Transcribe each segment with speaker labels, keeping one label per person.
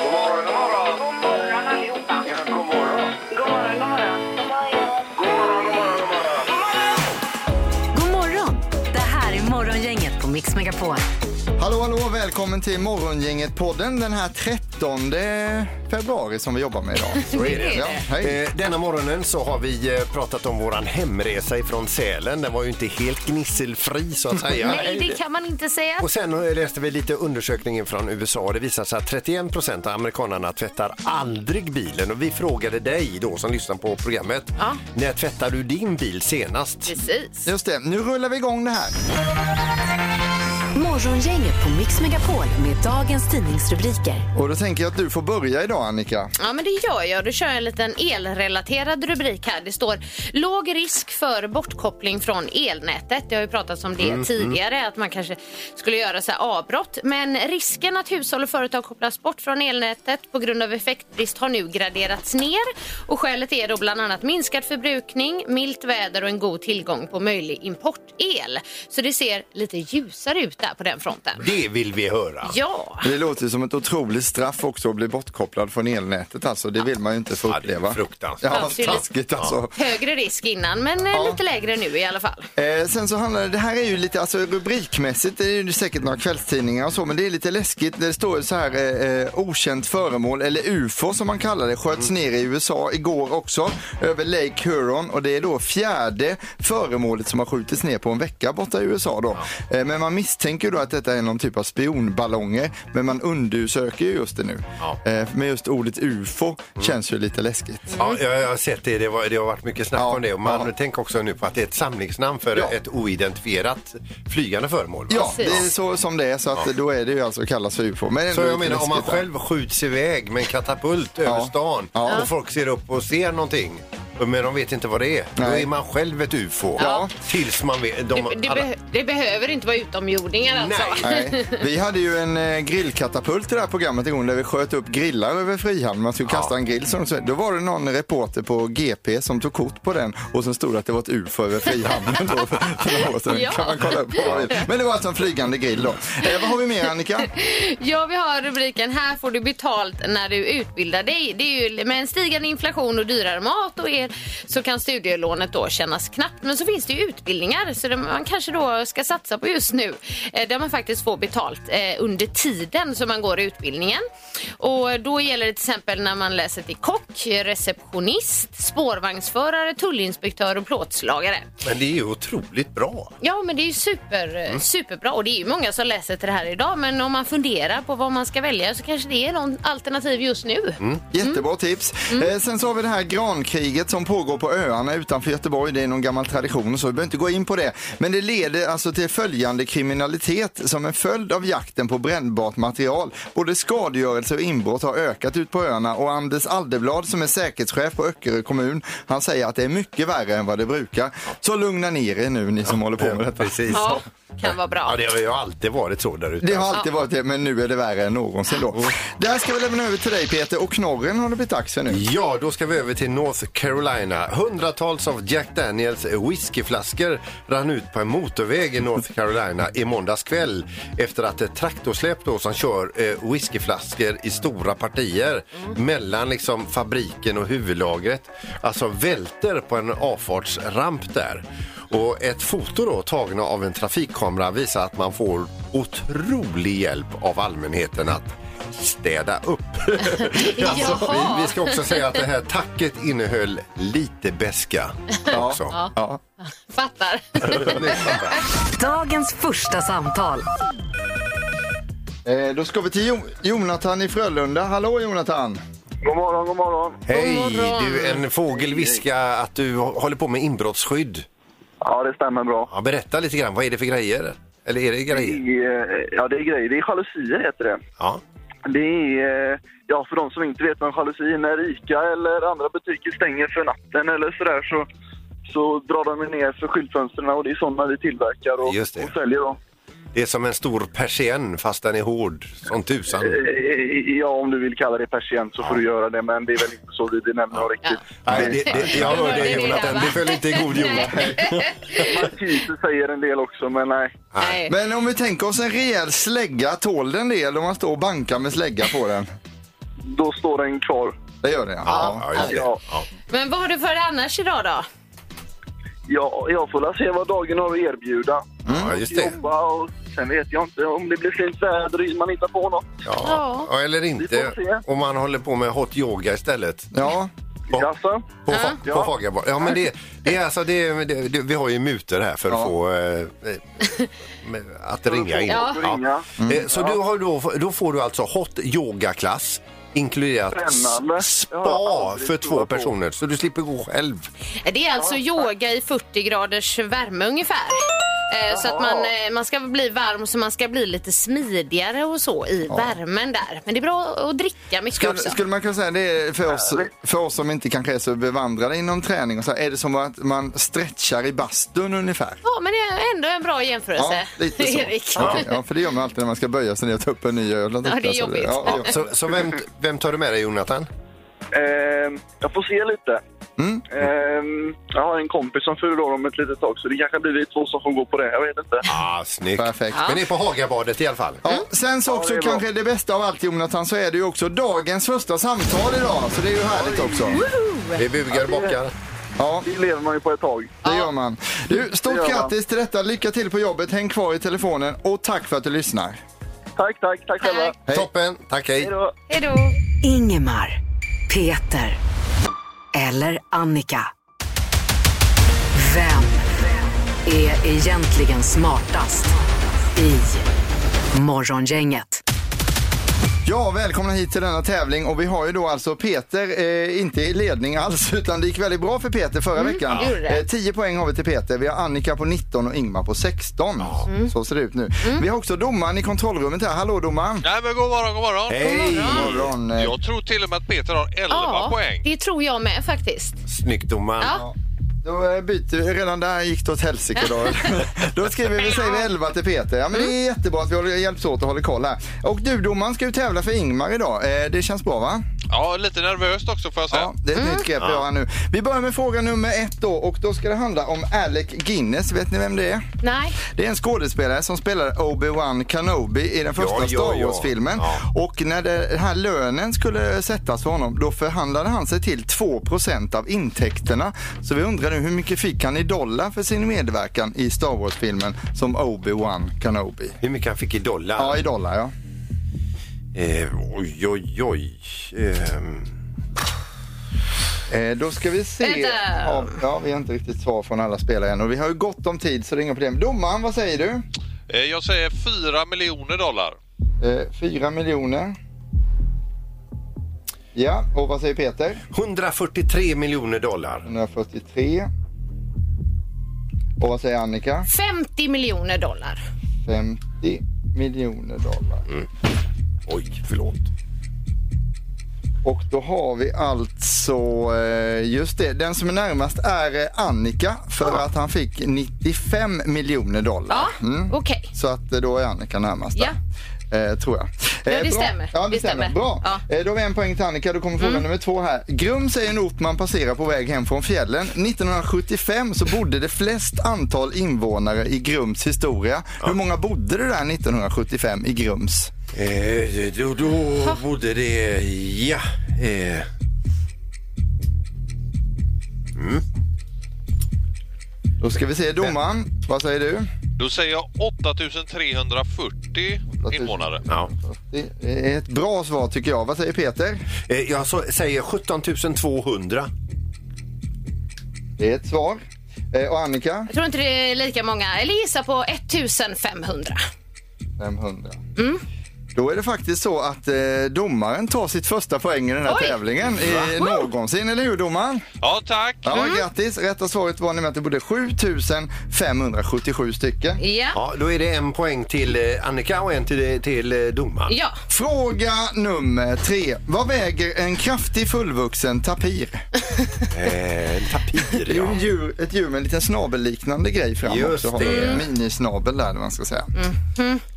Speaker 1: God morgon, god morgon. God morgon allihopa. Ja, god morgon. God morgon, god morgon. God morgon, god morgon, god morgon.
Speaker 2: God morgon! Det här är Morgongänget på Mix Megapol.
Speaker 3: Hallå, hallå, välkommen till Morgongänget-podden den här 13 februari som vi jobbar med idag. Så
Speaker 4: är det.
Speaker 3: Ja, hej.
Speaker 4: Eh, Denna morgonen så har vi eh, pratat om våran hemresa ifrån Sälen. Den var ju inte helt gnisselfri så att säga.
Speaker 2: Nej, det kan man inte säga.
Speaker 4: Och sen eh, läste vi lite undersökningen från USA. Det visar sig att 31 procent av amerikanerna tvättar aldrig bilen. Och vi frågade dig då som lyssnar på programmet. När tvättar du din bil senast?
Speaker 5: Precis.
Speaker 3: Just det, nu rullar vi igång det här.
Speaker 2: Morgongänget på Mix Megapol med dagens tidningsrubriker.
Speaker 3: Och då tänker jag att du får börja idag, Annika.
Speaker 5: Ja, men det gör jag. Då kör jag en liten elrelaterad rubrik här. Det står låg risk för bortkoppling från elnätet. Det har ju pratats om det tidigare, att man kanske skulle göra så här avbrott. Men risken att hushåll och företag kopplas bort från elnätet på grund av effektbrist har nu graderats ner. Och skälet är då bland annat minskad förbrukning, milt väder och en god tillgång på möjlig importel. Så det ser lite ljusare ut där på den fronten.
Speaker 4: Det vill vi höra.
Speaker 5: Ja.
Speaker 3: Det låter ju som ett otroligt straff också att bli bortkopplad från elnätet alltså. Det vill man ju inte få
Speaker 4: Ja, det är
Speaker 3: uppleva.
Speaker 4: fruktansvärt.
Speaker 3: Ja,
Speaker 5: Absolut.
Speaker 3: taskigt alltså.
Speaker 5: Högre risk innan, men eh, lite lägre nu i alla fall.
Speaker 3: Eh, sen så handlar det, det här är ju lite, alltså rubrikmässigt det är ju säkert några kvällstidningar och så, men det är lite läskigt. Det står ju så här, eh, eh, okänt föremål, eller UFO som man kallar det, sköts
Speaker 4: Mm.
Speaker 3: ner i USA igår också, över Lake Huron och det är då fjärde föremålet som har skjutits ner på en vecka borta i USA då. Eh, men man misstänker ju då att detta är någon typ av spionballonger, men man undersöker ju just det nu.
Speaker 4: Ja. Mm.
Speaker 3: Eh, men just ordet UFO känns ju lite läskigt.
Speaker 4: Ja, jag jag har sett det. Det, var, det har varit mycket snack
Speaker 3: Ja,
Speaker 4: om det. Och man
Speaker 3: ja.
Speaker 4: tänker också nu på att det är ett samlingsnamn för
Speaker 3: Ja.
Speaker 4: ett oidentifierat flygande föremål. va?
Speaker 3: Ja, det
Speaker 5: Precis.
Speaker 3: är så som det är, så att då är det ju alltså kallas för UFO. Men
Speaker 4: Så
Speaker 3: ändå
Speaker 4: jag
Speaker 3: lite
Speaker 4: menar om man
Speaker 3: läskigt, ja.
Speaker 4: själv skjuts iväg med en katapult över stan
Speaker 3: Ja.
Speaker 4: och folk ser upp och ser någonting men de vet inte vad det är. Då
Speaker 3: Nej.
Speaker 4: är man själv ett ufo.
Speaker 3: Ja.
Speaker 4: Tills man vet.
Speaker 5: Det,
Speaker 4: De,
Speaker 5: det,
Speaker 4: alla,
Speaker 5: beh- det behöver inte vara utomjordingar alltså.
Speaker 4: Nej.
Speaker 3: Nej, vi hade ju en eh, grillkatapult i det här programmet igår där vi sköt upp grillar över Frihamn. Man skulle kasta en grill. Som de sa. Då var det någon reporter på GP som tog kort på den och sen stod det att det var ett UFO över Frihamnen. Då, för några år sedan.
Speaker 5: Ja.
Speaker 3: kan man kolla upp vad man vill. Men det var alltså en flygande grill då. Eh, vad har vi mer Annika?
Speaker 5: Ja, vi har rubriken Här får du betalt när du utbildar dig. Det är ju, med en stigande inflation och dyrare mat och el så kan studielånet då kännas knappt. Men så finns det ju utbildningar så det man kanske då ska satsa på just nu eh, där man faktiskt får betalt eh, under tiden som man går utbildningen. Och då gäller det till exempel när man läser till kock, receptionist, spårvagnsförare, tullinspektör och plåtslagare.
Speaker 4: men det är ju otroligt bra.
Speaker 5: Ja, men det är ju super,
Speaker 3: Mm.
Speaker 5: superbra och det är ju många som läser till det här idag. Men om man funderar på vad man ska välja så kanske det är någon alternativ just nu.
Speaker 3: Mm. Jättebra tips. Eh, sen så har vi det här grankriget som pågår på öarna utanför Göteborg. Det är någon gammal tradition och så vi behöver inte gå in på det. Men det leder alltså till följande kriminalitet som en följd av jakten på brännbart material. Både skadegörelse och inbrott har ökat ut på öarna och Anders Aldeblad som är säkerhetschef på Öckerö kommun, han säger att det är mycket värre än vad det brukar. Så lugna ner er nu ni som håller på med detta.
Speaker 4: Precis.
Speaker 5: Ja, kan vara bra.
Speaker 4: Ja, det har ju alltid varit så där ute.
Speaker 3: Det har alltid varit det, men nu är det värre än någonsin då. Där ska vi lämna över till dig Peter och knorren har det blivit dags för nu.
Speaker 4: Ja, då ska vi över till North Carolina. Hundratals av Jack Daniels whiskyflaskor rann ut på en motorväg i North Carolina i måndags kväll efter att ett traktorsläpp då som kör eh, whiskyflaskor i stora partier mellan liksom fabriken och huvudlagret alltså välter på en avfartsramp där. Och ett foto då tagna av en trafikkamera visar att man får otrolig hjälp av allmänheten att städa upp. alltså,
Speaker 5: Jaha.
Speaker 4: vi, vi ska också säga att det här tacket innehöll lite beska också.
Speaker 3: Ja.
Speaker 5: Fattar.
Speaker 2: Dagens första samtal.
Speaker 3: Eh, då ska vi till jo- Jonathan i Frölunda. Hallå Jonathan!
Speaker 1: God morgon, god morgon.
Speaker 4: Hej,
Speaker 5: God morgon.
Speaker 4: du en fågel viska att du håller på med inbrottsskydd.
Speaker 1: Ja, det stämmer bra.
Speaker 4: Ja, berätta lite grann, vad är det för grejer? Eller är det
Speaker 1: Det
Speaker 4: grejer?
Speaker 1: är, eh, ja, det är grejer. Det är jalusier heter det.
Speaker 4: Ja.
Speaker 1: Det är, eh, ja, för de som inte vet vad en jalusi är, när Ica eller andra butiker stänger för natten eller sådär så,
Speaker 6: så drar de ju ner för skyltfönstren och det är sådana vi tillverkar och,
Speaker 4: Just det.
Speaker 6: och säljer. Då.
Speaker 4: Det är som en stor persienn fast den är hård som tusan.
Speaker 6: Eh, Ja, om du vill kalla det persient så får du göra det, men det är väl inte så vi benämner dem riktigt.
Speaker 4: Nej, det, det, jag hörde
Speaker 5: Det var det
Speaker 4: Jonathan,
Speaker 5: där, va?
Speaker 4: det föll inte i god jord.
Speaker 6: Markiser säger en del också, men nej.
Speaker 5: Nej.
Speaker 3: Men om vi tänker oss en rejäl slägga, tål den det om man står och bankar med slägga på den?
Speaker 6: Då står den kvar.
Speaker 3: Det gör det, ja.
Speaker 4: Ja, just det.
Speaker 6: Ja,
Speaker 5: Men vad har du för det annars idag då?
Speaker 6: ja, jag får väl se vad dagen har att erbjuda.
Speaker 4: Ja, just det.
Speaker 6: Jobba och sen vet jag inte om det blir fint väder, man hittar på något.
Speaker 4: Ja.
Speaker 5: Ja.
Speaker 4: Ja, eller inte.
Speaker 6: Vi får se.
Speaker 4: Om man håller på med hot yoga istället.
Speaker 3: Ja,
Speaker 4: Ja.
Speaker 6: Jaså?
Speaker 4: På, fa- på
Speaker 6: Ja.
Speaker 4: Fagaborg. Ja, men det, det är alltså, det, det, det, vi har ju muter här för att
Speaker 3: Ja.
Speaker 4: få eh, eh, med- att ringa in.
Speaker 5: Ja.
Speaker 6: Ringa. Mm.
Speaker 4: Eh, Så du har då, då får du alltså hot yoga-klass inkluderat s-
Speaker 6: Spännande. Jag har
Speaker 4: spa
Speaker 6: aldrig
Speaker 4: för två
Speaker 6: provat på.
Speaker 4: personer så du slipper gå själv.
Speaker 5: Det är alltså yoga i 40 graders värme ungefär. Eh, Så att man, eh, man ska bli varm så man ska bli lite smidigare och så i värmen där. Men det är bra att dricka mycket
Speaker 3: skulle,
Speaker 5: också.
Speaker 3: skulle man kunna säga det är för oss, för oss som inte kanske är så bevandrade inom träning och så här, är det som att man stretchar i bastun ungefär?
Speaker 5: Ja, men det är ändå en bra jämförelse,
Speaker 3: lite så.
Speaker 5: Erik.
Speaker 3: Ja, ja, för det gör man alltid när man ska böja sig ner och ta upp en ny öl. och
Speaker 5: Ja, det är
Speaker 3: dricka, så
Speaker 5: jobbigt.
Speaker 3: Ja, ja.
Speaker 4: Så, så vem, vem tar du med dig Jonathan?
Speaker 6: Ehm, jag får se lite. Ehm, jag har en kompis som fyller år om ett litet tag så det kanske blir vi två som får gå på det. Jag vet inte.
Speaker 4: Ah, snyggt.
Speaker 3: Perfekt.
Speaker 4: Men det är på Hagabadet i alla fall.
Speaker 3: Ja, sen så också
Speaker 6: det är bra.
Speaker 3: kanske det bästa av allt Jonathan så är det ju också dagens första samtal idag. Så det är ju härligt också.
Speaker 4: Vi bugar och bockar.
Speaker 3: Ja,
Speaker 6: Det lever man ju på ett tag.
Speaker 3: det gör man. Du, stort
Speaker 6: Det gör man.
Speaker 3: grattis till detta. Lycka till på jobbet. Häng kvar i telefonen och tack för att du lyssnar.
Speaker 6: Tack, tack, tack själva.
Speaker 5: Tack.
Speaker 3: Hej.
Speaker 4: Toppen, tack hej.
Speaker 6: Hej då.
Speaker 5: Hej då.
Speaker 2: Ingemar, Peter eller Annika. Vem är egentligen smartast i Morgongänget?
Speaker 3: Ja, välkomna hit till denna tävling och vi har ju då alltså Peter, eh, inte i ledning alls utan det gick väldigt bra för Peter förra veckan.
Speaker 5: det gjorde det.
Speaker 3: 10 poäng har vi till Peter, vi har Annika på 19 och Ingmar på 16. Så ser det ut nu. Vi har också domaren i kontrollrummet här, hallå domaren.
Speaker 7: Nej men god morgon, god morgon.
Speaker 4: Hej!
Speaker 3: God morgon. Eh,
Speaker 7: Jag tror till och med att Peter har 11
Speaker 5: Ja,
Speaker 7: poäng.
Speaker 5: det tror jag med faktiskt.
Speaker 4: Snyggt domaren.
Speaker 5: Ja.
Speaker 3: Då eh, byter vi, redan där gick det åt helsike då. då skriver vi, säger vi 11 till Peter. Ja Mm. men det är jättebra att vi håller- hjälps åt och håller koll här. Och du domaren ska ju tävla för Ingmar idag, eh, det känns bra va?
Speaker 7: Ja, lite nervöst också får jag säga.
Speaker 3: Ja, det är ett nytt grepp jag har nu. Vi börjar med fråga nummer ett då och då ska det handla om Alec Guinness. Vet ni vem det är?
Speaker 5: Nej.
Speaker 3: Det är en skådespelare som spelar Obi-Wan Kenobi i den första
Speaker 4: Ja, ja,
Speaker 3: Star
Speaker 4: ja.
Speaker 3: Wars-filmen.
Speaker 4: Ja.
Speaker 3: Och när det, den här lönen skulle sättas för honom då förhandlade han sig till 2 av intäkterna. Så vi undrar nu hur mycket fick han i dollar för sin medverkan i Star Wars-filmen som Obi-Wan Kenobi?
Speaker 4: Hur mycket han fick i dollar?
Speaker 3: Ja, i dollar ja.
Speaker 4: Eh, oj, oj, oj. Ehm,
Speaker 3: Eh, då ska vi se.
Speaker 5: Vänta.
Speaker 3: Ja, ja, vi har inte riktigt svar från alla spelare än och vi har ju gott om tid så det är inga problem. Domaren, vad säger du?
Speaker 7: Eh, Jag säger 4 miljoner dollar.
Speaker 3: Eh, 4 miljoner. Ja, och vad säger Peter?
Speaker 4: 143 miljoner dollar.
Speaker 3: 143. Och vad säger Annika?
Speaker 5: 50 miljoner dollar.
Speaker 3: 50 miljoner dollar.
Speaker 4: Oj, förlåt.
Speaker 3: Och då har vi alltså, eh, just det, den som är närmast är eh, Annika för att han fick 95 miljoner dollar.
Speaker 5: Ja,
Speaker 3: Mm.
Speaker 5: okej.
Speaker 3: Så att eh, då är Annika närmast där. Eh, tror jag. Eh,
Speaker 5: Ja, det
Speaker 3: bra.
Speaker 5: stämmer.
Speaker 3: Ja, det,
Speaker 5: Det
Speaker 3: stämmer.
Speaker 5: stämmer.
Speaker 3: Bra.
Speaker 5: Ja. Mm.
Speaker 3: Eh, då har vi en poäng till Annika. Då kommer fråga nummer två här. Grum säger en ort man passerar på väg hem från fjällen. 1975 så bodde det flest antal invånare i Grums historia. Hur många bodde det där 1975 i Grums?
Speaker 4: Eh, då, då bodde det... Ja. Eh.
Speaker 3: Då ska vi se domaren. Vad säger du?
Speaker 7: Då säger jag 8340 invånare.
Speaker 4: Ja.
Speaker 3: Det är ett bra svar tycker jag. Vad säger Peter?
Speaker 4: Eh, jag så, säger 17 200.
Speaker 3: Det är ett svar. Eh, och Annika?
Speaker 5: Jag tror inte det är lika många. Eller gissa på 1500.
Speaker 3: 500. Då är det faktiskt så att eh, domaren tar sitt första poäng i den här
Speaker 5: Oj!
Speaker 3: tävlingen i, någonsin, eller hur domaren?
Speaker 7: Ja, tack.
Speaker 3: Ja, grattis! Rätta svaret var nämligen att det bodde 7577 stycken.
Speaker 5: Ja.
Speaker 4: Ja, då är det en poäng till eh, Annika och en till, till eh, domaren.
Speaker 5: Ja.
Speaker 3: Fråga nummer tre. Vad väger en kraftig fullvuxen tapir?
Speaker 4: Eh, en tapir,
Speaker 3: Det är ju
Speaker 4: ja.
Speaker 3: en
Speaker 5: Mm.
Speaker 3: djur, ett djur med en liten snabelliknande grej fram
Speaker 4: Just
Speaker 3: också.
Speaker 4: det.
Speaker 3: En Minisnabel där, eller vad man ska säga.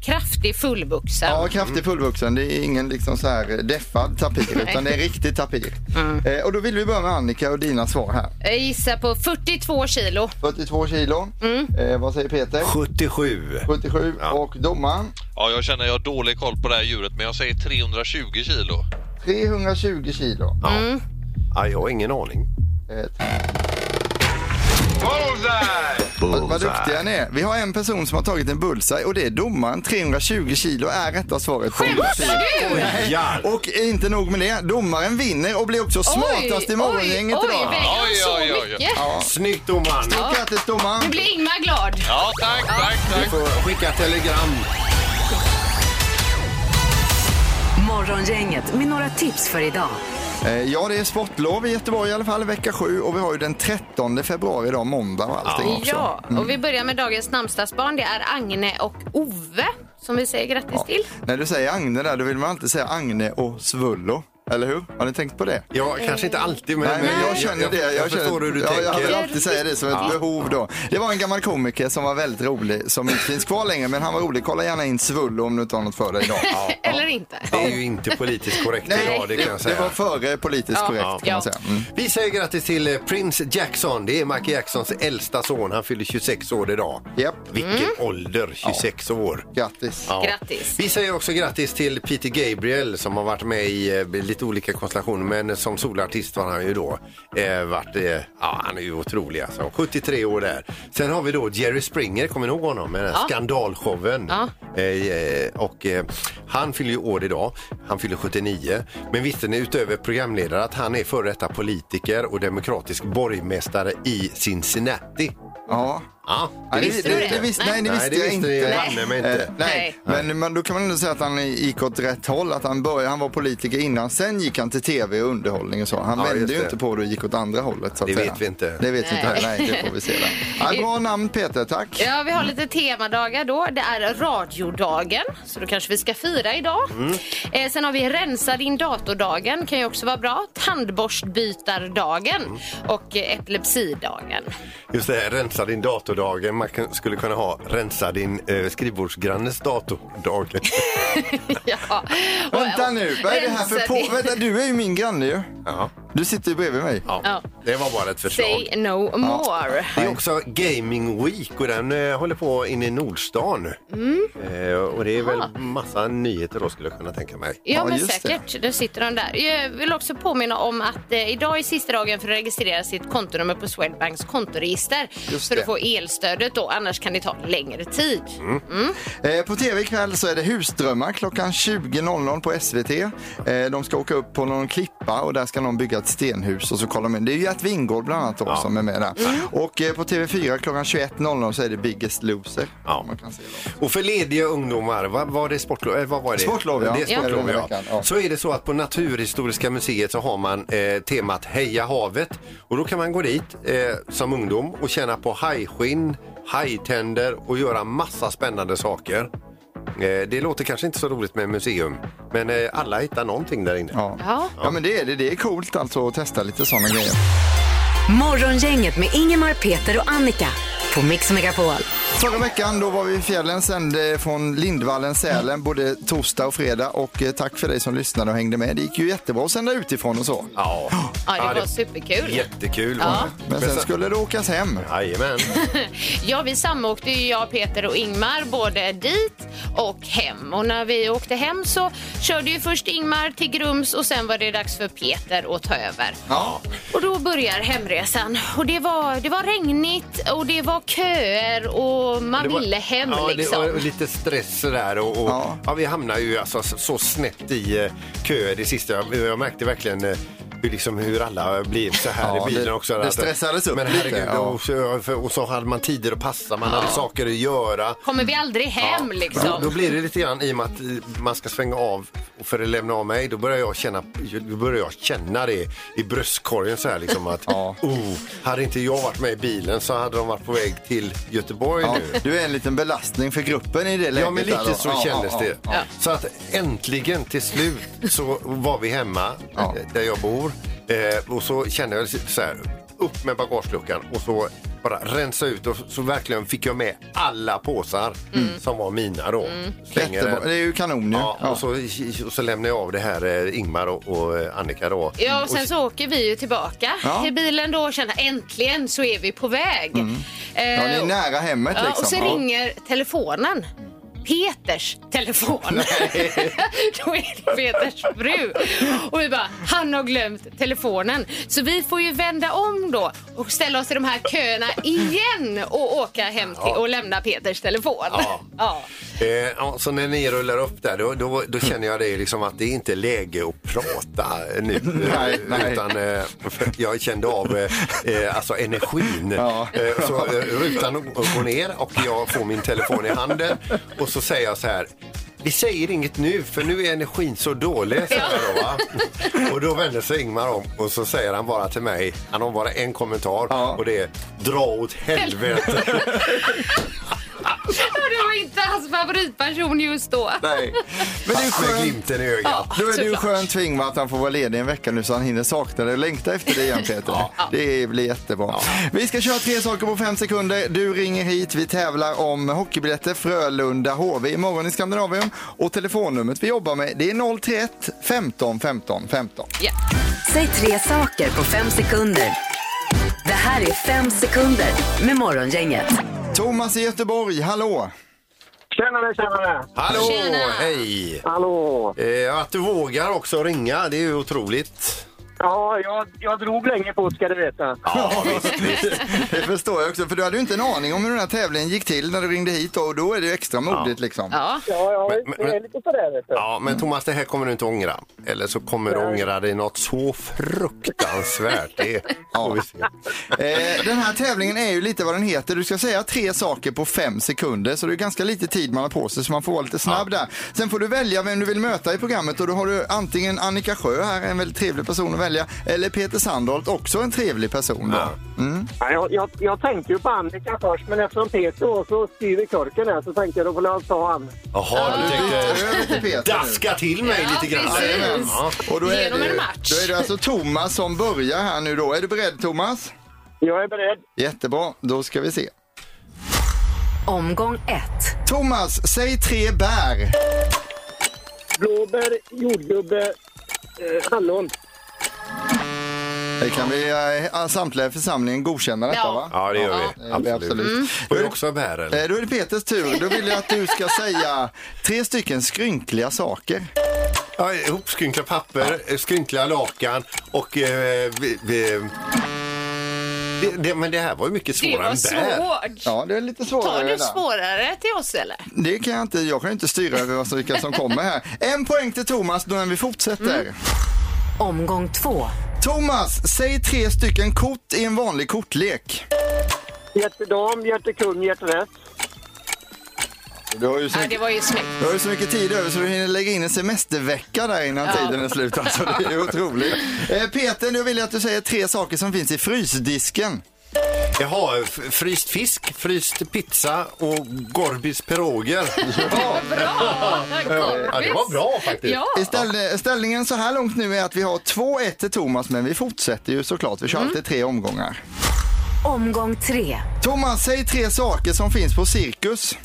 Speaker 5: Kraftig fullvuxen.
Speaker 3: Ja, kraftig fullvuxen. Det är ingen liksom så här eh, deffad tapir, utan det är en riktig tapir.
Speaker 5: Mm.
Speaker 3: Eh, och då vill vi börja med Annika och dina svar här.
Speaker 5: Jag gissar på 42 kilo.
Speaker 3: 42 kilo.
Speaker 5: Mm.
Speaker 3: Eh, vad säger Peter?
Speaker 4: 77.
Speaker 3: 77.
Speaker 4: Ja.
Speaker 3: Och domaren?
Speaker 7: Ja, jag känner jag har dålig koll på det här djuret, men jag säger 320 kilo.
Speaker 3: 320 kilo.
Speaker 4: Ja.
Speaker 5: Mm.
Speaker 4: Ja, jag har ingen aning.
Speaker 3: Eh,
Speaker 7: Bullseye!
Speaker 3: Vad, vad duktiga ni är. Vi har en person som har tagit en bullseye och det är domaren. 320 kilo är rätta svaret. på
Speaker 5: Skämtar du?
Speaker 4: Ja.
Speaker 3: Och inte nog med det, domaren vinner och blir också smartast i morgongänget
Speaker 5: oj,
Speaker 3: idag.
Speaker 5: Oj, väger han
Speaker 7: Oj,
Speaker 5: så
Speaker 7: oj, oj.
Speaker 5: mycket?
Speaker 4: Snyggt domaren!
Speaker 3: Stort grattis
Speaker 5: Nu
Speaker 3: domaren!
Speaker 5: blir Ingmar glad.
Speaker 7: Ja, tack, tack,
Speaker 4: Vi
Speaker 7: tack.
Speaker 4: får skicka telegram.
Speaker 2: Morgongänget med några tips för idag.
Speaker 3: Eh, Ja, det är sportlov i Göteborg i alla fall, vecka 7 och vi har ju den 13 februari idag, måndag och allting också. Mm.
Speaker 5: Ja, och vi börjar med dagens namnsdagsbarn. Det är Agne och Ove som vi säger grattis till.
Speaker 3: När du säger Agne där, då vill man alltid säga Agne och Svullo. Eller hur? Har ni tänkt på det?
Speaker 4: Ja, kanske inte alltid, men,
Speaker 3: Nej, men jag känner det.
Speaker 4: Jag, jag
Speaker 3: känner,
Speaker 4: förstår hur du
Speaker 3: ja,
Speaker 4: tänker.
Speaker 3: Jag vill alltid säga det som ett behov då. Det var en gammal komiker som var väldigt rolig, som inte finns kvar längre, men han var rolig. Kolla gärna in Svullo om du inte har något för dig idag.
Speaker 5: Eller inte.
Speaker 4: Det är ju inte politiskt korrekt idag, det kan jag
Speaker 3: det, det
Speaker 4: säga.
Speaker 3: var före politiskt
Speaker 5: Ja.
Speaker 3: korrekt kan
Speaker 5: Ja.
Speaker 3: man säga. Mm.
Speaker 4: Vi säger grattis till eh, Prince Jackson. Det är Michael Jacksons äldsta son. Han fyller 26 år idag.
Speaker 3: Japp. Mm.
Speaker 4: Vilken ålder, 26 år.
Speaker 3: Grattis.
Speaker 4: Ja.
Speaker 5: Grattis.
Speaker 4: Vi säger också grattis till Peter Gabriel som har varit med i eh, lite olika konstellationer men som solartist har han ju då eh, varit, eh, ja han är ju otrolig alltså, 73 år där. Sen har vi då Jerry Springer, kommer ni ihåg honom? Med den här skandalshowen.
Speaker 5: Ja.
Speaker 4: Eh, eh, och eh, han fyller ju år idag, han fyller 79. Men visste ni utöver programledare att han är före detta politiker och demokratisk borgmästare i Cincinnati?
Speaker 3: Ja.
Speaker 4: Ja,
Speaker 3: Nej, det,
Speaker 5: Visste
Speaker 3: det,
Speaker 5: du
Speaker 3: det,
Speaker 5: det?
Speaker 3: visste, nej,
Speaker 5: Nej.
Speaker 3: det visste
Speaker 4: Nej, det
Speaker 3: jag
Speaker 4: visste
Speaker 3: inte.
Speaker 4: jag banne mig inte.
Speaker 3: Eh, nej. Men, men då kan man ändå säga att han gick åt rätt håll. Att han, började, han var politiker innan, sen gick han till tv och underhållning och så. Han
Speaker 4: Ja, just
Speaker 3: vände ju
Speaker 4: det.
Speaker 3: inte på det och gick åt andra hållet. Så att
Speaker 4: Det
Speaker 3: säga.
Speaker 4: vet vi inte.
Speaker 3: Det vet vi inte. Nej, det får vi se. där. Ja, bra namn Peter, tack.
Speaker 5: Ja, vi har lite temadagar då. Det är radiodagen, så då kanske vi ska fira idag.
Speaker 3: Mm.
Speaker 5: Eh, sen har vi rensa din datordagen, kan ju också vara bra. Tandborstbytardagen
Speaker 3: Mm.
Speaker 5: och eh, epilepsidagen.
Speaker 4: Just det, rensa din datordagen. Man kan, skulle kunna ha rensa din eh, skrivbordsgrannes datordagen.
Speaker 5: ja. Och-
Speaker 3: Vänta nu, vad är det här för
Speaker 5: rensa
Speaker 3: på...
Speaker 5: din-
Speaker 3: Vänta, du är ju min granne ju.
Speaker 4: ja,
Speaker 3: Du sitter ju bredvid mig.
Speaker 4: ja,
Speaker 5: Ja.
Speaker 4: det var bara ett förslag.
Speaker 5: Say no more.
Speaker 4: Det är också Gaming Week och den eh, håller på inne i Nordstan nu. Eh, och det är väl massa nyheter då skulle jag kunna tänka mig.
Speaker 5: Ja,
Speaker 3: Ja,
Speaker 5: men
Speaker 3: just det.
Speaker 5: säkert. Då sitter de där. Jag vill också påminna om att eh, idag är sista dagen för att registrera sitt kontonummer på Swedbanks kontoregister
Speaker 3: Just
Speaker 5: för
Speaker 3: det.
Speaker 5: att få elstödet då, annars kan det ta längre tid.
Speaker 3: Eh, På tv ikväll så är det Husdrömmar klockan 20.00 på SVT. Eh, De ska åka upp på någon klippa och där ska någon bygga ett stenhus och så kollar man. Det är Gert Wingårdh bland annat då, som är med där. Och eh, på TV4 klockan 21.00 så är det Biggest Loser.
Speaker 4: Ja.
Speaker 3: Man kan se då.
Speaker 4: Och för lediga ungdomar, vad var det sportlov? eh, Vad var det?
Speaker 3: Sportlov, ja.
Speaker 4: Det är
Speaker 3: Ja.
Speaker 4: sportlov,
Speaker 3: Den här
Speaker 4: ja.
Speaker 3: veckan, ja.
Speaker 4: Så är det så att på Naturhistoriska museet så har man eh, temat Heja havet. Och då kan man gå dit eh, som ungdom och känna på hajskinn, hajtänder och göra massa spännande saker. Eh, det låter kanske inte så roligt med museum, men eh, alla hittar någonting där inne.
Speaker 3: Ja.
Speaker 5: Ja.
Speaker 3: ja, men det är det. Det är coolt alltså att testa lite sådana grejer.
Speaker 2: Morgongänget med Ingemar, Peter och Annika på Mix Megapol.
Speaker 3: Förra veckan då var vi i fjällen, sände från Lindvallen, Sälen, både torsdag och fredag. Och eh, tack för dig som lyssnade och hängde med. Det gick ju jättebra att sända utifrån och så.
Speaker 4: Ja,
Speaker 5: Ja, det var superkul.
Speaker 4: Jättekul var det.
Speaker 3: Men sen skulle det åkas hem.
Speaker 4: Jajamän.
Speaker 5: Ja, vi samåkte ju jag, Peter och Ingmar både dit och hem. Och när vi åkte hem så körde ju först Ingmar till Grums och sen var det dags för Peter att ta över.
Speaker 3: Ja.
Speaker 5: Och då börjar hemresan. Och det var, det var regnigt och det var köer och man
Speaker 4: Det var-
Speaker 5: ville hem
Speaker 4: ja,
Speaker 5: liksom.
Speaker 4: Det var lite stress där och, och ja.
Speaker 3: Ja.
Speaker 4: vi hamnade ju alltså så snett i eh, köer det sista. Jag, jag märkte verkligen eh, hur, liksom, hur alla blir så här
Speaker 3: Ja,
Speaker 4: i bilen
Speaker 3: det-
Speaker 4: också.
Speaker 3: det
Speaker 4: Att-
Speaker 3: stressades upp
Speaker 4: Men
Speaker 3: lite,
Speaker 4: herregud,
Speaker 3: ja.
Speaker 4: och, så, för- och så hade man tider att passa, man hade saker att göra.
Speaker 5: Kommer vi aldrig hem
Speaker 4: Då,
Speaker 5: liksom?
Speaker 4: då blir det lite grann i och med att eh, man ska svänga av och för att lämna av mig, då börjar jag känna, då börjar jag känna det i bröstkorgen så här liksom att
Speaker 3: Ja.
Speaker 4: oh, hade inte jag varit med i bilen så hade de varit på väg till Göteborg
Speaker 3: Ja,
Speaker 4: nu.
Speaker 3: du är en liten belastning för gruppen i det läget.
Speaker 4: Ja, men
Speaker 3: där då.
Speaker 4: lite så
Speaker 3: Ja,
Speaker 4: kändes
Speaker 3: ja,
Speaker 4: det.
Speaker 3: ja.
Speaker 4: Så att äntligen till slut så var vi hemma
Speaker 3: Ja.
Speaker 4: eh, där jag bor eh, och så kände jag så här, upp med bagageluckan och så bara rensa ut och så verkligen fick jag med alla påsar som var mina då. Slänger
Speaker 3: Mm. Jättebra.
Speaker 4: den.
Speaker 3: Det är ju kanon ju.
Speaker 4: Ja,
Speaker 3: Ja.
Speaker 4: och, så, och så lämnar jag av det här eh, Ingmar och, och eh, Annika då.
Speaker 5: Ja, och sen så åker vi ju tillbaka
Speaker 3: Mm, Ja. Mm.
Speaker 5: i bilen då och känner äntligen så är vi på väg. Eh,
Speaker 3: Ja, ni är nära hemmet
Speaker 5: ja,
Speaker 3: liksom.
Speaker 5: och så
Speaker 3: Ja.
Speaker 5: ringer telefonen. Peters telefon. Då är det Peters fru. Och vi bara, han har glömt telefonen. Så vi får ju vända om då och ställa oss i de här köerna igen och åka hem till och lämna Peters telefon.
Speaker 4: Ja.
Speaker 5: Ja.
Speaker 4: Eh, ja, så när ni rullar upp där, då, då, då känner jag det liksom att det är inte läge att prata nu.
Speaker 3: Nej, nej.
Speaker 4: Utan eh, för jag kände av eh, eh, alltså energin.
Speaker 3: Ja.
Speaker 4: Eh, så eh, rutan går ner och jag får min telefon i handen och så säger jag så här. Vi säger inget nu för nu är energin så dålig. Så här då, va? Och då vänder sig Ingmar om och så säger han bara till mig, han har bara en kommentar
Speaker 3: Ja.
Speaker 4: och det är dra åt helvete.
Speaker 5: Ja, det var inte hans favoritperson just då.
Speaker 3: Nej. Men det är
Speaker 4: Med
Speaker 3: skönt.
Speaker 4: glimten i ögat.
Speaker 5: Ja,
Speaker 3: Då är det ju
Speaker 5: såklart.
Speaker 3: skönt för Ingvar att han får vara ledig en vecka nu så han hinner sakna dig och längta efter dig igen Peter. Det blir jättebra. Vi ska köra tre saker på fem sekunder. Du ringer hit, vi tävlar om hockeybiljetter Frölunda-HV imorgon i Skandinavien. Och telefonnumret vi jobbar med det är 031 15 15 15.
Speaker 5: Ja.
Speaker 2: Säg tre saker på fem sekunder. Det här är fem sekunder med Morgongänget.
Speaker 3: Thomas i Göteborg, hallå!
Speaker 6: Tjenare, tjenare!
Speaker 4: Hallå,
Speaker 5: Tjena.
Speaker 4: hej!
Speaker 6: Hallå!
Speaker 4: Eh, att du vågar också ringa, det är ju otroligt.
Speaker 6: Ja, jag, jag drog länge på ska du veta.
Speaker 4: Ja, visst, visst.
Speaker 3: Det förstår jag också för du hade ju inte en aning om hur den här tävlingen gick till när du ringde hit och då är det ju extra modigt liksom.
Speaker 5: Ja.
Speaker 6: Ja, ja,
Speaker 4: Men- men-
Speaker 6: det är lite sådär vet du.
Speaker 4: ja, men Thomas, det här kommer du inte ångra. Eller så kommer du ångra dig något så fruktansvärt. Det får vi se.
Speaker 3: Eh, Den här tävlingen är ju lite vad den heter. Du ska säga tre saker på fem sekunder. Så det är ganska lite tid man har på sig så man får vara lite snabb där. Sen får du välja vem du vill möta i programmet och då har du antingen Annika Sjö här, en väldigt trevlig person att välja, eller Peter Sandholt, också en trevlig person. Då.
Speaker 6: Ja, jag, jag, jag tänkte ju på Annika först, men eftersom Peter var så styr i korken här så tänkte jag då får alltså jag ta han.
Speaker 4: Jaha, du
Speaker 3: Du byter över
Speaker 4: tänkte
Speaker 3: till Peter nu.
Speaker 4: daska till mig lite grann.
Speaker 5: precis.
Speaker 4: Jajamän, ja.
Speaker 3: Och då är,
Speaker 5: Genom
Speaker 3: det,
Speaker 5: en match.
Speaker 3: då är det alltså Thomas som börjar här nu då. Är du beredd Thomas?
Speaker 6: Jag är beredd.
Speaker 3: Jättebra, då ska vi se.
Speaker 2: Omgång ett.
Speaker 3: Thomas, säg tre bär.
Speaker 6: Blåbär, jordgubbe, eh, hallon.
Speaker 3: Det kan vi eh, samtliga i församlingen godkänna detta
Speaker 5: Ja.
Speaker 3: va?
Speaker 4: Ja, det gör vi.
Speaker 3: Det gör vi absolut.
Speaker 5: Mm.
Speaker 4: Absolut. Mm. Får jag också bär eller?
Speaker 3: Eh, Då är det Peters tur. Då vill jag att du ska säga tre stycken skrynkliga saker.
Speaker 4: Ja, ihopskrynkla papper, eh, skrynkla lakan och... Eh, vi, vi, det, det, men det här var ju mycket
Speaker 5: Det
Speaker 4: svårare
Speaker 5: var
Speaker 4: än bär.
Speaker 5: svårt.
Speaker 3: Ja, det är lite svårare.
Speaker 5: Tar du
Speaker 3: där.
Speaker 5: svårare till oss eller?
Speaker 3: Det kan jag inte. Jag kan ju inte styra över vad som- vilka som kommer här. En poäng till Thomas då när vi fortsätter.
Speaker 2: Omgång två.
Speaker 3: Thomas, säg tre stycken kort i en vanlig kortlek.
Speaker 6: Hjärtedam, hjärtekung, hjärterätt.
Speaker 3: Du har ju så
Speaker 5: Ja, det
Speaker 3: mycket,
Speaker 5: var ju snyggt.
Speaker 3: du har ju så mycket tid över så du hinner lägga in en semestervecka där innan tiden är slut. Alltså, det är ju otroligt. Eh, Peter, nu vill jag att du säger tre saker som finns i frysdisken.
Speaker 4: Jaha, f- fryst fisk, fryst pizza och Gorbis piroger.
Speaker 5: Ja, bra!
Speaker 4: Ja, det var bra faktiskt.
Speaker 5: Ja.
Speaker 3: Ställ, eh, ställningen så här långt nu är att vi har 2-1 till Thomas, men vi fortsätter ju såklart. Vi kör alltid tre omgångar.
Speaker 2: Omgång tre.
Speaker 3: Thomas, säg tre saker som finns på cirkus.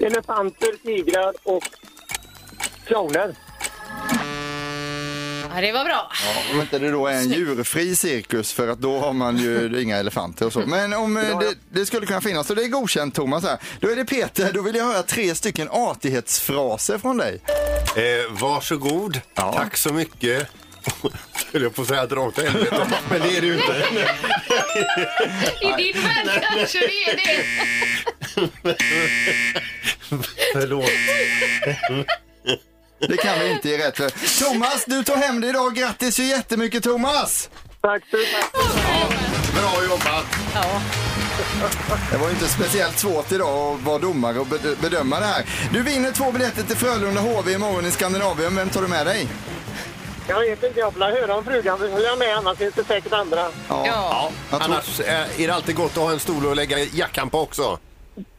Speaker 6: Elefanter, tigrar och clowner.
Speaker 5: ja, det var bra.
Speaker 3: Om inte det då är en djurfri cirkus, för att då har man ju inga elefanter och så. Men om eh, det, det skulle kunna finnas, så det är godkänt Thomas här. Då är det Peter, då vill jag höra tre stycken artighetsfraser från dig.
Speaker 4: Eh, varsågod,
Speaker 3: Ja.
Speaker 4: tack så mycket. Höll jag på att säga dra åt helvete, men det är det ju inte.
Speaker 5: I din värld kanske det är det.
Speaker 4: Förlåt.
Speaker 3: Det kan vi inte i rätt för. Thomas, du tar hem det idag. Grattis så jättemycket Thomas!
Speaker 6: Tack tusen
Speaker 4: Bra jobbat!
Speaker 3: Det var ju inte speciellt svårt idag att vara domare och bed- bedöma det här. Du vinner två biljetter till Frölunda HV imorgon i Skandinavien. Vem tar du med dig?
Speaker 6: Jag vet inte, jag vill höra om frugan. Det höll jag med, annars finns det säkert andra.
Speaker 5: Ja.
Speaker 3: Jag tror,
Speaker 4: Annars eh, är det alltid gott att ha en stol att lägga jackan på också.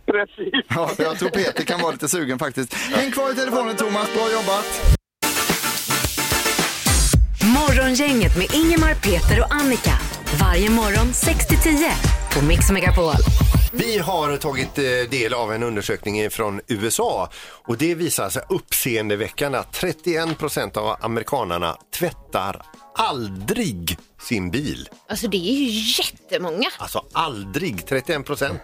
Speaker 6: Precis.
Speaker 3: ja, jag tror Peter kan vara lite sugen faktiskt. Häng kvar i telefonen Thomas, bra jobbat!
Speaker 2: Morgongänget med Ingemar, Peter och Annika. Varje morgon 6 till 10 på Mix Megapol.
Speaker 4: Vi har tagit eh, del av en undersökning från USA och det visar sig uppseendeväckande att 31 procent av amerikanarna tvättar aldrig sin bil.
Speaker 5: Alltså det är ju jättemånga.
Speaker 4: Alltså aldrig 31 procent.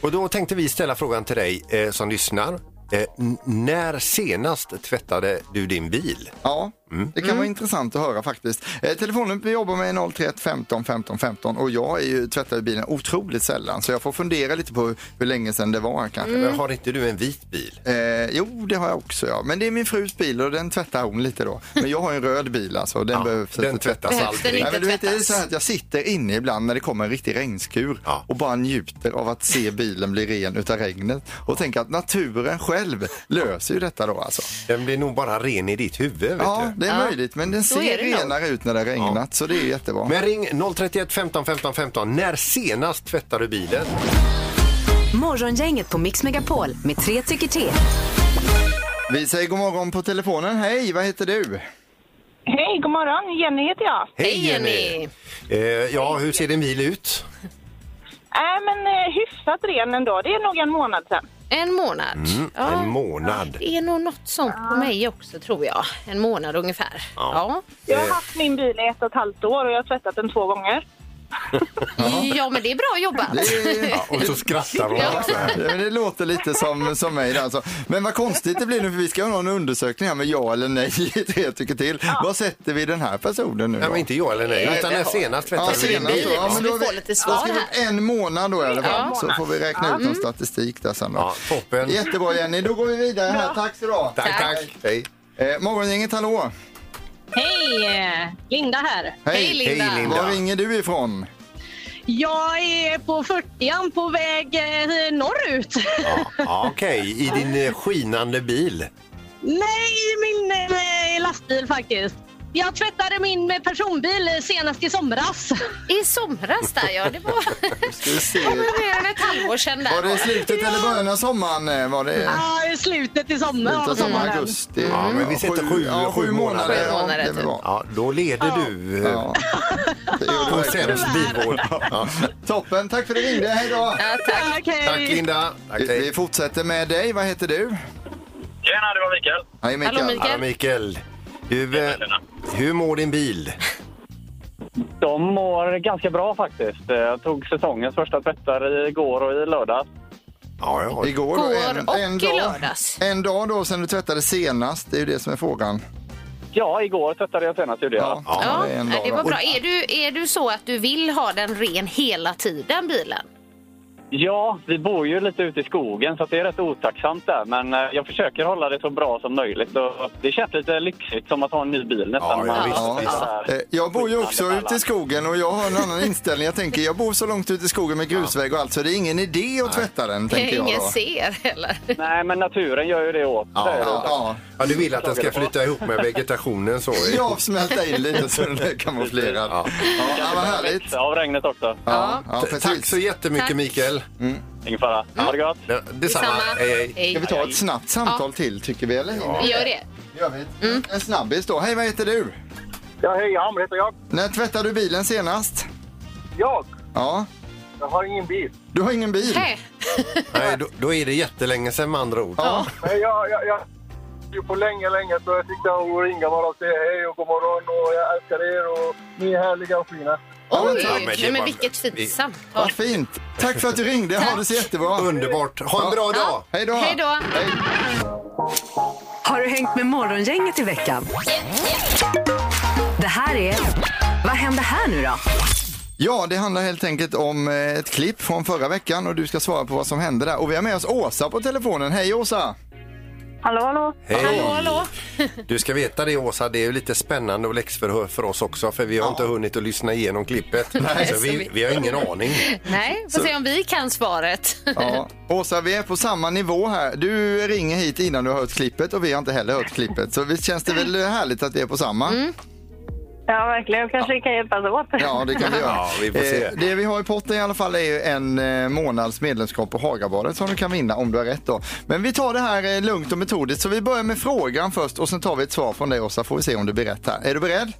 Speaker 4: Och då tänkte vi ställa frågan till dig eh, som lyssnar. Eh, n- när senast tvättade du din bil?
Speaker 3: Ja, det kan vara intressant att höra faktiskt. Eh, telefonen vi jobbar med är 031 15 15 15 och jag är ju, tvättar ju bilen otroligt sällan så jag får fundera lite på hur, hur länge sedan det var kanske.
Speaker 4: Har inte du en vit bil?
Speaker 3: Eh, jo, det har jag också ja. Men det är min frus bil och den tvättar hon lite då. Men jag har ju en röd bil alltså och den
Speaker 4: Ja,
Speaker 3: behövs
Speaker 4: den
Speaker 3: inte
Speaker 4: tvättas
Speaker 5: Behövs
Speaker 4: aldrig.
Speaker 5: den
Speaker 3: Nej,
Speaker 5: inte?
Speaker 3: men du vet, det är
Speaker 5: tvättas.
Speaker 3: så här att jag sitter inne ibland när det kommer en riktig regnskur
Speaker 4: Ja.
Speaker 3: och bara njuter av att se bilen bli ren utav regnet och tänker att naturen själv löser ju detta då alltså.
Speaker 4: Den blir nog bara ren i ditt huvud. Vet
Speaker 3: Ja,
Speaker 4: du?
Speaker 3: det är
Speaker 5: Ja.
Speaker 3: möjligt men den
Speaker 5: Så är
Speaker 3: ser
Speaker 5: det nog.
Speaker 3: renare ut när det har regnat så det är jättebra.
Speaker 4: Men ring 031 15 15 15. När senast tvättade du bilen?
Speaker 2: Morgongänget på Mix Megapol med tre tycker till.
Speaker 3: Vi säger god morgon på telefonen. Hej, vad heter du?
Speaker 8: Hej, god morgon. Jenny heter jag.
Speaker 5: Hej, Jenny.
Speaker 4: Eh, ja, hur ser din bil ut?
Speaker 8: Äh, men eh, hyfsat ren ändå. Det är nog en månad sedan.
Speaker 5: En månad.
Speaker 4: Mm.
Speaker 5: Ja.
Speaker 4: En månad.
Speaker 5: Det är nog något sånt på mig också tror jag. En månad ungefär. Ja.
Speaker 8: Jag har haft min bil i ett och ett halvt år och jag har tvättat den två gånger.
Speaker 5: Ja, men det är bra jobbat.
Speaker 4: Ja, och så skrattar hon också. här.
Speaker 3: Ja, men det låter lite som, som mig där, alltså. Men vad konstigt det blir nu för vi ska ha en undersökning här med ja eller nej i tre tycker till. Vad sätter vi den här personen nu
Speaker 4: Nej, men
Speaker 3: då?
Speaker 4: inte jag eller nej, utan när senast tvättade du din
Speaker 3: senast
Speaker 4: bil?
Speaker 3: då. Ja,
Speaker 5: Så
Speaker 3: men
Speaker 5: vi
Speaker 3: då har
Speaker 5: får lite svar
Speaker 3: då har vi skrivit en månad då i alla fall.
Speaker 5: Ja.
Speaker 3: Så får vi räkna ut någon statistik där sen då.
Speaker 4: Ja, toppen.
Speaker 3: Jättebra Jenny, då går vi vidare här. Tack så du ha.
Speaker 4: Tack, tack.
Speaker 3: Hej. Eh, morgongänget, hallå.
Speaker 8: Hej! Linda här.
Speaker 5: Hej, Linda.
Speaker 4: Hej, Linda.
Speaker 3: Var ringer du ifrån?
Speaker 8: Jag är på 40 på väg eh, norrut.
Speaker 4: Ja, ja, Okej, i din eh, skinande bil.
Speaker 8: Nej, min eh, lastbil faktiskt. Jag tvättade min eh, personbil senast i somras.
Speaker 5: I somras där ja, det var
Speaker 3: Ska vi se.
Speaker 5: mer än ett halvår sedan
Speaker 3: Var
Speaker 5: där.
Speaker 3: det i slutet eller början av sommaren? eh, Var det?
Speaker 8: Ja, slutet i sommaren.
Speaker 3: Slutet av sommaren, augusti.
Speaker 4: Ja, men vi sätter sju-
Speaker 3: ja,
Speaker 4: sju
Speaker 3: sju månader.
Speaker 5: månader. Sju
Speaker 3: ja,
Speaker 5: månader,
Speaker 3: det är väl
Speaker 5: typ.
Speaker 3: bra.
Speaker 4: Ja, då leder du eh,
Speaker 3: Ja. Det gjorde
Speaker 4: på
Speaker 3: vi verkligen.
Speaker 4: sämst bilvård. Ja.
Speaker 3: Toppen, tack för att du ringde. Hej då!
Speaker 5: Ja, tack.
Speaker 4: Tack Linda. Tack,
Speaker 3: Vi vi
Speaker 4: hej.
Speaker 3: fortsätter med dig. Vad heter du?
Speaker 6: Tjena, det var Mikael.
Speaker 3: Hej, Mikael.
Speaker 5: Hallå, Mikael.
Speaker 4: Ja, Mikael. Du, eh, hur mår din bil?
Speaker 6: De mår ganska bra faktiskt. Eh, Jag tog säsongens första tvättar igår och i lördags.
Speaker 4: Ja, ja.
Speaker 3: Igår, då,
Speaker 5: Går och i
Speaker 3: dag,
Speaker 5: lördags.
Speaker 3: En dag då sen du tvättade senast. Det är ju det som är frågan.
Speaker 6: Ja, igår tvättade jag senast gjorde jag.
Speaker 5: Ja,
Speaker 3: är en
Speaker 5: nej,
Speaker 3: dag
Speaker 5: det
Speaker 3: då.
Speaker 5: var bra. Är du, är du så att du vill ha den ren hela tiden, bilen?
Speaker 6: Ja, vi bor ju lite ute i skogen så att det är rätt otacksamt där. Men eh, jag försöker hålla det så bra som möjligt. Och det känns lite lyxigt som att ha en ny bil
Speaker 4: Ja,
Speaker 6: nästan. när
Speaker 4: ja,
Speaker 6: man
Speaker 4: visst,
Speaker 6: sitter
Speaker 3: visst.
Speaker 6: där.
Speaker 3: Eh, Jag bor ju också ute i skogen och jag har en annan inställning. Jag tänker, jag bor så långt ute i skogen med grusväg och allt så det är ingen idé att tvätta den, tänker jag
Speaker 5: Ingen
Speaker 3: då.
Speaker 5: ser heller.
Speaker 6: Nej, men naturen gör ju det åt
Speaker 4: Ja,
Speaker 6: dig.
Speaker 3: Ja, ja.
Speaker 4: Ja, du vill att den ska flytta ihop med vegetationen så? eh?
Speaker 3: Ja, smälta in lite så den är kamouflerad. Ja,
Speaker 4: Ja.
Speaker 3: ja vad härligt.
Speaker 6: Växa av regnet också.
Speaker 3: Ja, ja,
Speaker 4: Tack
Speaker 3: precis.
Speaker 4: så jättemycket
Speaker 5: Tack.
Speaker 4: Mikael.
Speaker 6: Ingen fara. Ha det gott.
Speaker 4: Ja, Detsamma.
Speaker 5: Mm. Detsamma.
Speaker 4: Hej, hej.
Speaker 5: Hej.
Speaker 3: Ska vi ta ett snabbt samtal till tycker vi eller?
Speaker 5: Vi gör det.
Speaker 3: Gör vi.
Speaker 5: Mm.
Speaker 3: En snabbis då. Hej vad heter du?
Speaker 6: Ja, hej, Hamlet heter jag.
Speaker 3: När tvättade du bilen senast?
Speaker 6: Jag?
Speaker 3: Ja.
Speaker 6: Jag har ingen bil.
Speaker 3: Du har ingen bil?
Speaker 5: Hej.
Speaker 4: Nej, då, då är det jättelänge sedan med andra ord.
Speaker 3: Ja.
Speaker 6: Nej, jag... jag, jag... ju På länge, länge så jag tyckte jag ringa bara och säga hej och god morgon och jag älskar er och ni är härliga och fina.
Speaker 3: Ja, men
Speaker 5: Oj,
Speaker 3: tack.
Speaker 4: men det
Speaker 5: nej, men
Speaker 4: var-
Speaker 5: vilket
Speaker 4: vi-
Speaker 5: fint samtal.
Speaker 3: Vad fint. Tack för att du ringde. Ha det så jättebra.
Speaker 4: Underbart. Ha en bra dag.
Speaker 3: Hej då.
Speaker 5: Hej då.
Speaker 2: Har du hängt med Morgongänget i veckan? Det här är... Vad händer här nu då?
Speaker 3: Ja, det handlar helt enkelt om eh, ett klipp från förra veckan och du ska svara på vad som hände där. Och vi har med oss Åsa på telefonen. Hej Åsa!
Speaker 9: Hallå, hallå.
Speaker 4: Hej.
Speaker 5: Hallå, hallå.
Speaker 4: Du ska veta det Åsa, det är ju lite spännande och läxförhör för oss också för vi har inte hunnit att lyssna igenom klippet.
Speaker 5: Nej.
Speaker 4: Så vi, vi har ingen aning.
Speaker 5: Nej, får
Speaker 3: Så-
Speaker 5: se om vi kan svaret.
Speaker 3: Ja. Åsa, vi är på samma nivå här. Du ringer hit innan du har hört klippet och vi har inte heller hört klippet. Så visst känns det väl härligt att vi är på samma?
Speaker 5: Mm.
Speaker 9: Ja, verkligen. Kanske vi kan hjälpas åt.
Speaker 3: Ja, det kan vi göra.
Speaker 4: vi får se.
Speaker 3: Eh, Det vi har i potten i alla fall är ju en eh, månads medlemskap på Hagabadet som du kan vinna om du har rätt då. Men vi tar det här eh, lugnt och metodiskt. Så vi börjar med frågan först och sen tar vi ett svar från dig Åsa, får vi se om du blir rätt här. Är du beredd?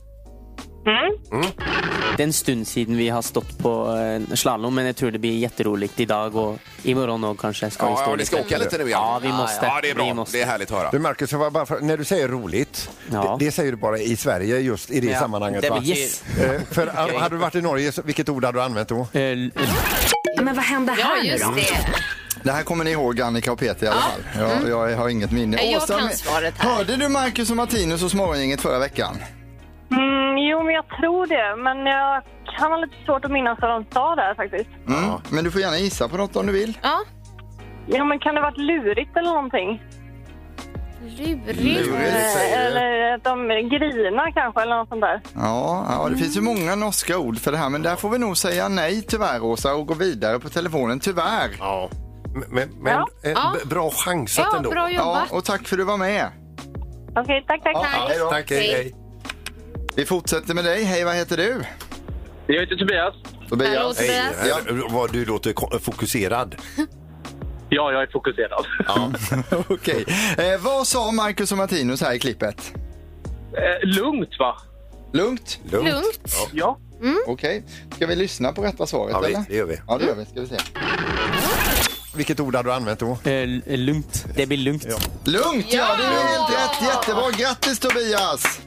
Speaker 10: Det är en stund siden vi har stått på eh, slalom, men jag tror det blir jätteroligt idag och imorgon också kanske. Ska vi
Speaker 11: Ja,
Speaker 10: stå
Speaker 11: ja, ni ska åka lite nu igen.
Speaker 10: Ja, vi måste.
Speaker 11: Ja, det
Speaker 10: Vi
Speaker 11: är bra.
Speaker 10: måste.
Speaker 11: Det är härligt att höra.
Speaker 4: Du Marcus, jag var bara för, när du säger roligt, det, det säger du bara i Sverige just i det
Speaker 11: Ja,
Speaker 4: sammanhanget
Speaker 11: det
Speaker 4: va?
Speaker 11: blir- yes.
Speaker 4: Eh, För eh, hade du varit i Norge, så- vilket ord hade du använt då?
Speaker 2: Men vad hände här nu då?
Speaker 3: Det här kommer ni ihåg Annika och Peter i alla fall. Jag, jag har inget minne.
Speaker 2: Nej, Mm. jag kan
Speaker 3: men-
Speaker 2: svaret här.
Speaker 3: Hörde du Marcus och Martinus hos Morgongänget förra veckan?
Speaker 9: Mm, jo, men jag tror det. Men jag kan ha lite svårt att minnas vad de sa där faktiskt.
Speaker 3: Mm. Men du får gärna gissa på något om du vill.
Speaker 5: Ja.
Speaker 9: Ja, men kan det varit lurigt eller någonting?
Speaker 5: Lurigt?
Speaker 3: Lurigt, säger du.
Speaker 9: Eller att de grinar kanske eller något sånt där.
Speaker 3: Ja, ja det finns ju många norska ord för det här men där får vi nog säga nej tyvärr Åsa och gå vidare på telefonen, tyvärr.
Speaker 4: Ja. Men, men
Speaker 3: Ja.
Speaker 4: eh,
Speaker 3: Ja.
Speaker 4: b- bra chansat
Speaker 3: Ja,
Speaker 4: ändå.
Speaker 3: bra jobbat. Ja, och tack för att du var med.
Speaker 9: Okej, tack, tack,
Speaker 3: Ja,
Speaker 9: tack.
Speaker 3: hej då. Vi fortsätter med dig. Hej, vad heter du?
Speaker 6: Jag heter Tobias.
Speaker 3: Tobias.
Speaker 6: Hallå, Tobias.
Speaker 4: Hej. Eh, Vad du låter ko- fokuserad.
Speaker 6: Ja, jag är fokuserad.
Speaker 3: Okej. Eh, vad sa Marcus och Martinus här i klippet?
Speaker 6: Eh, lugnt, va?
Speaker 3: Lugnt?
Speaker 6: Lugnt. Ja.
Speaker 3: Okej. Ska vi lyssna på rätta svaret,
Speaker 4: Ja, vi-
Speaker 3: eller?
Speaker 4: det gör vi.
Speaker 3: Ja, det gör vi. Ska vi se.
Speaker 4: Vilket ord hade du använt då?
Speaker 10: lugnt. Det blir lugnt.
Speaker 3: Lugnt, ja! Det är helt rätt. Jättebra. Grattis, Tobias!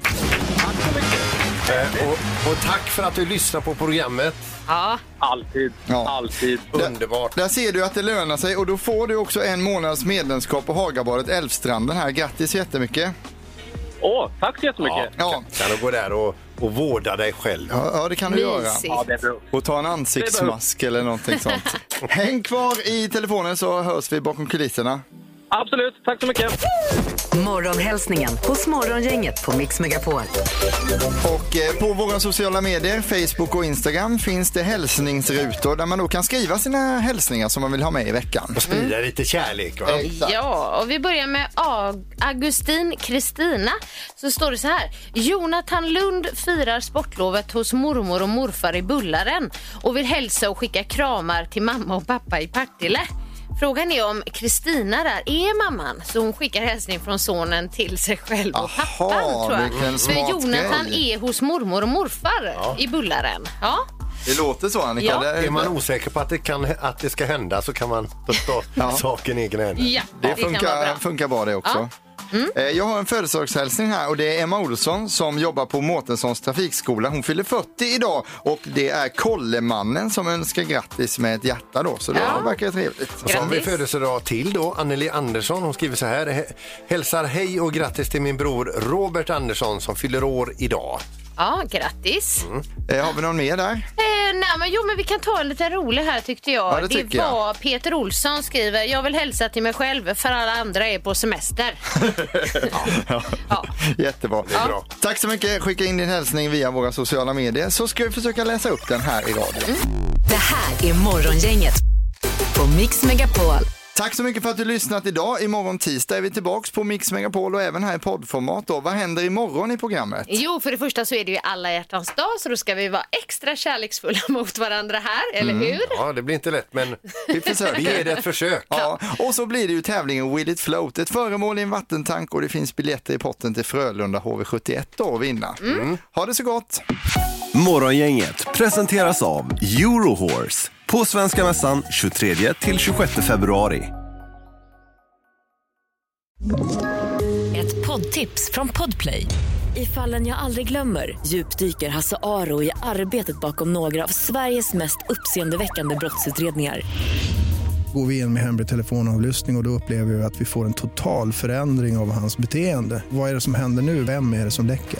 Speaker 4: Eh, och, och tack för att du lyssnar på programmet.
Speaker 5: Ja.
Speaker 6: Alltid. Alltid.
Speaker 4: Underbart.
Speaker 3: Där ser du att det lönar sig och då får du också en månads medlemskap på Hagabadet Älvstranden här. Grattis jättemycket!
Speaker 6: Åh, tack så jättemycket.
Speaker 3: Ja.
Speaker 4: Kan du gå där och, och vårda dig själv?
Speaker 3: Ja, ja, det kan du göra.
Speaker 4: Mysigt.
Speaker 6: Ja, det är bra.
Speaker 3: Och ta en ansiktsmask eller någonting sånt. Häng kvar i telefonen så hörs vi bakom kulisserna.
Speaker 6: Absolut, tack så mycket.
Speaker 2: Morgonhälsningen hos Morgongänget på Mix Megapol.
Speaker 3: Och eh, på våra sociala medier, Facebook och Instagram, finns det hälsningsrutor där man då kan skriva sina hälsningar som man vill ha med i veckan. Och
Speaker 4: sprida lite kärlek. Va?
Speaker 5: Eh, Ja, och vi börjar med Ag- Augustin Kristina. Så står det så här. Jonathan Lund firar sportlovet hos mormor och morfar i Bullaren och vill hälsa och skicka kramar till mamma och pappa i Partille. Frågan är om Kristina där är mamman, så hon skickar hälsning från sonen till sig själv och pappan. Tror
Speaker 3: vilken
Speaker 5: jag. För
Speaker 3: smart
Speaker 5: Jonathan
Speaker 3: grej.
Speaker 5: är hos mormor och morfar i Bullaren. Ja.
Speaker 3: Det låter så Annika.
Speaker 5: Ja.
Speaker 3: Det
Speaker 4: Är man osäker på att det, kan, att det ska hända så kan man ta, ta saken i egna händer.
Speaker 5: Ja,
Speaker 3: Det,
Speaker 5: det kan
Speaker 3: funkar,
Speaker 5: vara bra. Mm.
Speaker 3: funkar bra det också. Eh, Jag har en födelsedagshälsning här och det är Emma Olsson som jobbar på Mårtenssons trafikskola. Hon fyller 40 idag och det är Kollemannen som önskar grattis med ett hjärta då. Så det verkar trevligt.
Speaker 4: Och så har vi födelsedag till då, Anneli Andersson. Hon skriver så här. "Hä- Hälsar hej och grattis till min bror Robert Andersson som fyller år idag.
Speaker 5: ja, grattis.
Speaker 3: Har vi någon mer där?
Speaker 5: Eh, nej, men jo, men vi kan ta en liten rolig här tyckte jag.
Speaker 3: Ja, det tycker jag.
Speaker 5: var Peter Olsson skriver, jag vill hälsa till mig själv för alla andra är på semester.
Speaker 3: Jättebra. Tack så mycket. Skicka in din hälsning via våra sociala medier så ska vi försöka läsa upp den här i radio.
Speaker 2: Det här är Morgongänget på Mix Megapol.
Speaker 3: Tack så mycket för att du lyssnat idag. Imorgon tisdag är vi tillbaks på Mix Megapol och även här i poddformat. Då. Vad händer imorgon i programmet?
Speaker 5: Jo, för det första så är det ju alla hjärtans dag så då ska vi vara extra kärleksfulla mot varandra här, eller
Speaker 3: Mm.
Speaker 5: hur?
Speaker 4: Ja, det blir inte lätt men
Speaker 3: vi försöker.
Speaker 4: Vi ger det ett försök.
Speaker 3: Ja. Och så blir det ju tävlingen Will it float, ett föremål i en vattentank och det finns biljetter i potten till Frölunda HV71 då att vinna. Ha det så gott!
Speaker 12: Morgongänget presenteras av Eurohorse på Svenska Mässan 23-26 februari.
Speaker 13: Ett poddtips från Podplay. I fallen jag aldrig glömmer djupdyker Hasse Aro i arbetet bakom några av Sveriges mest uppseendeväckande brottsutredningar.
Speaker 14: Går vi in med hemlig telefonavlyssning och, och då upplever vi att vi får en total förändring av hans beteende. Vad är det som händer nu? Vem är det som läcker?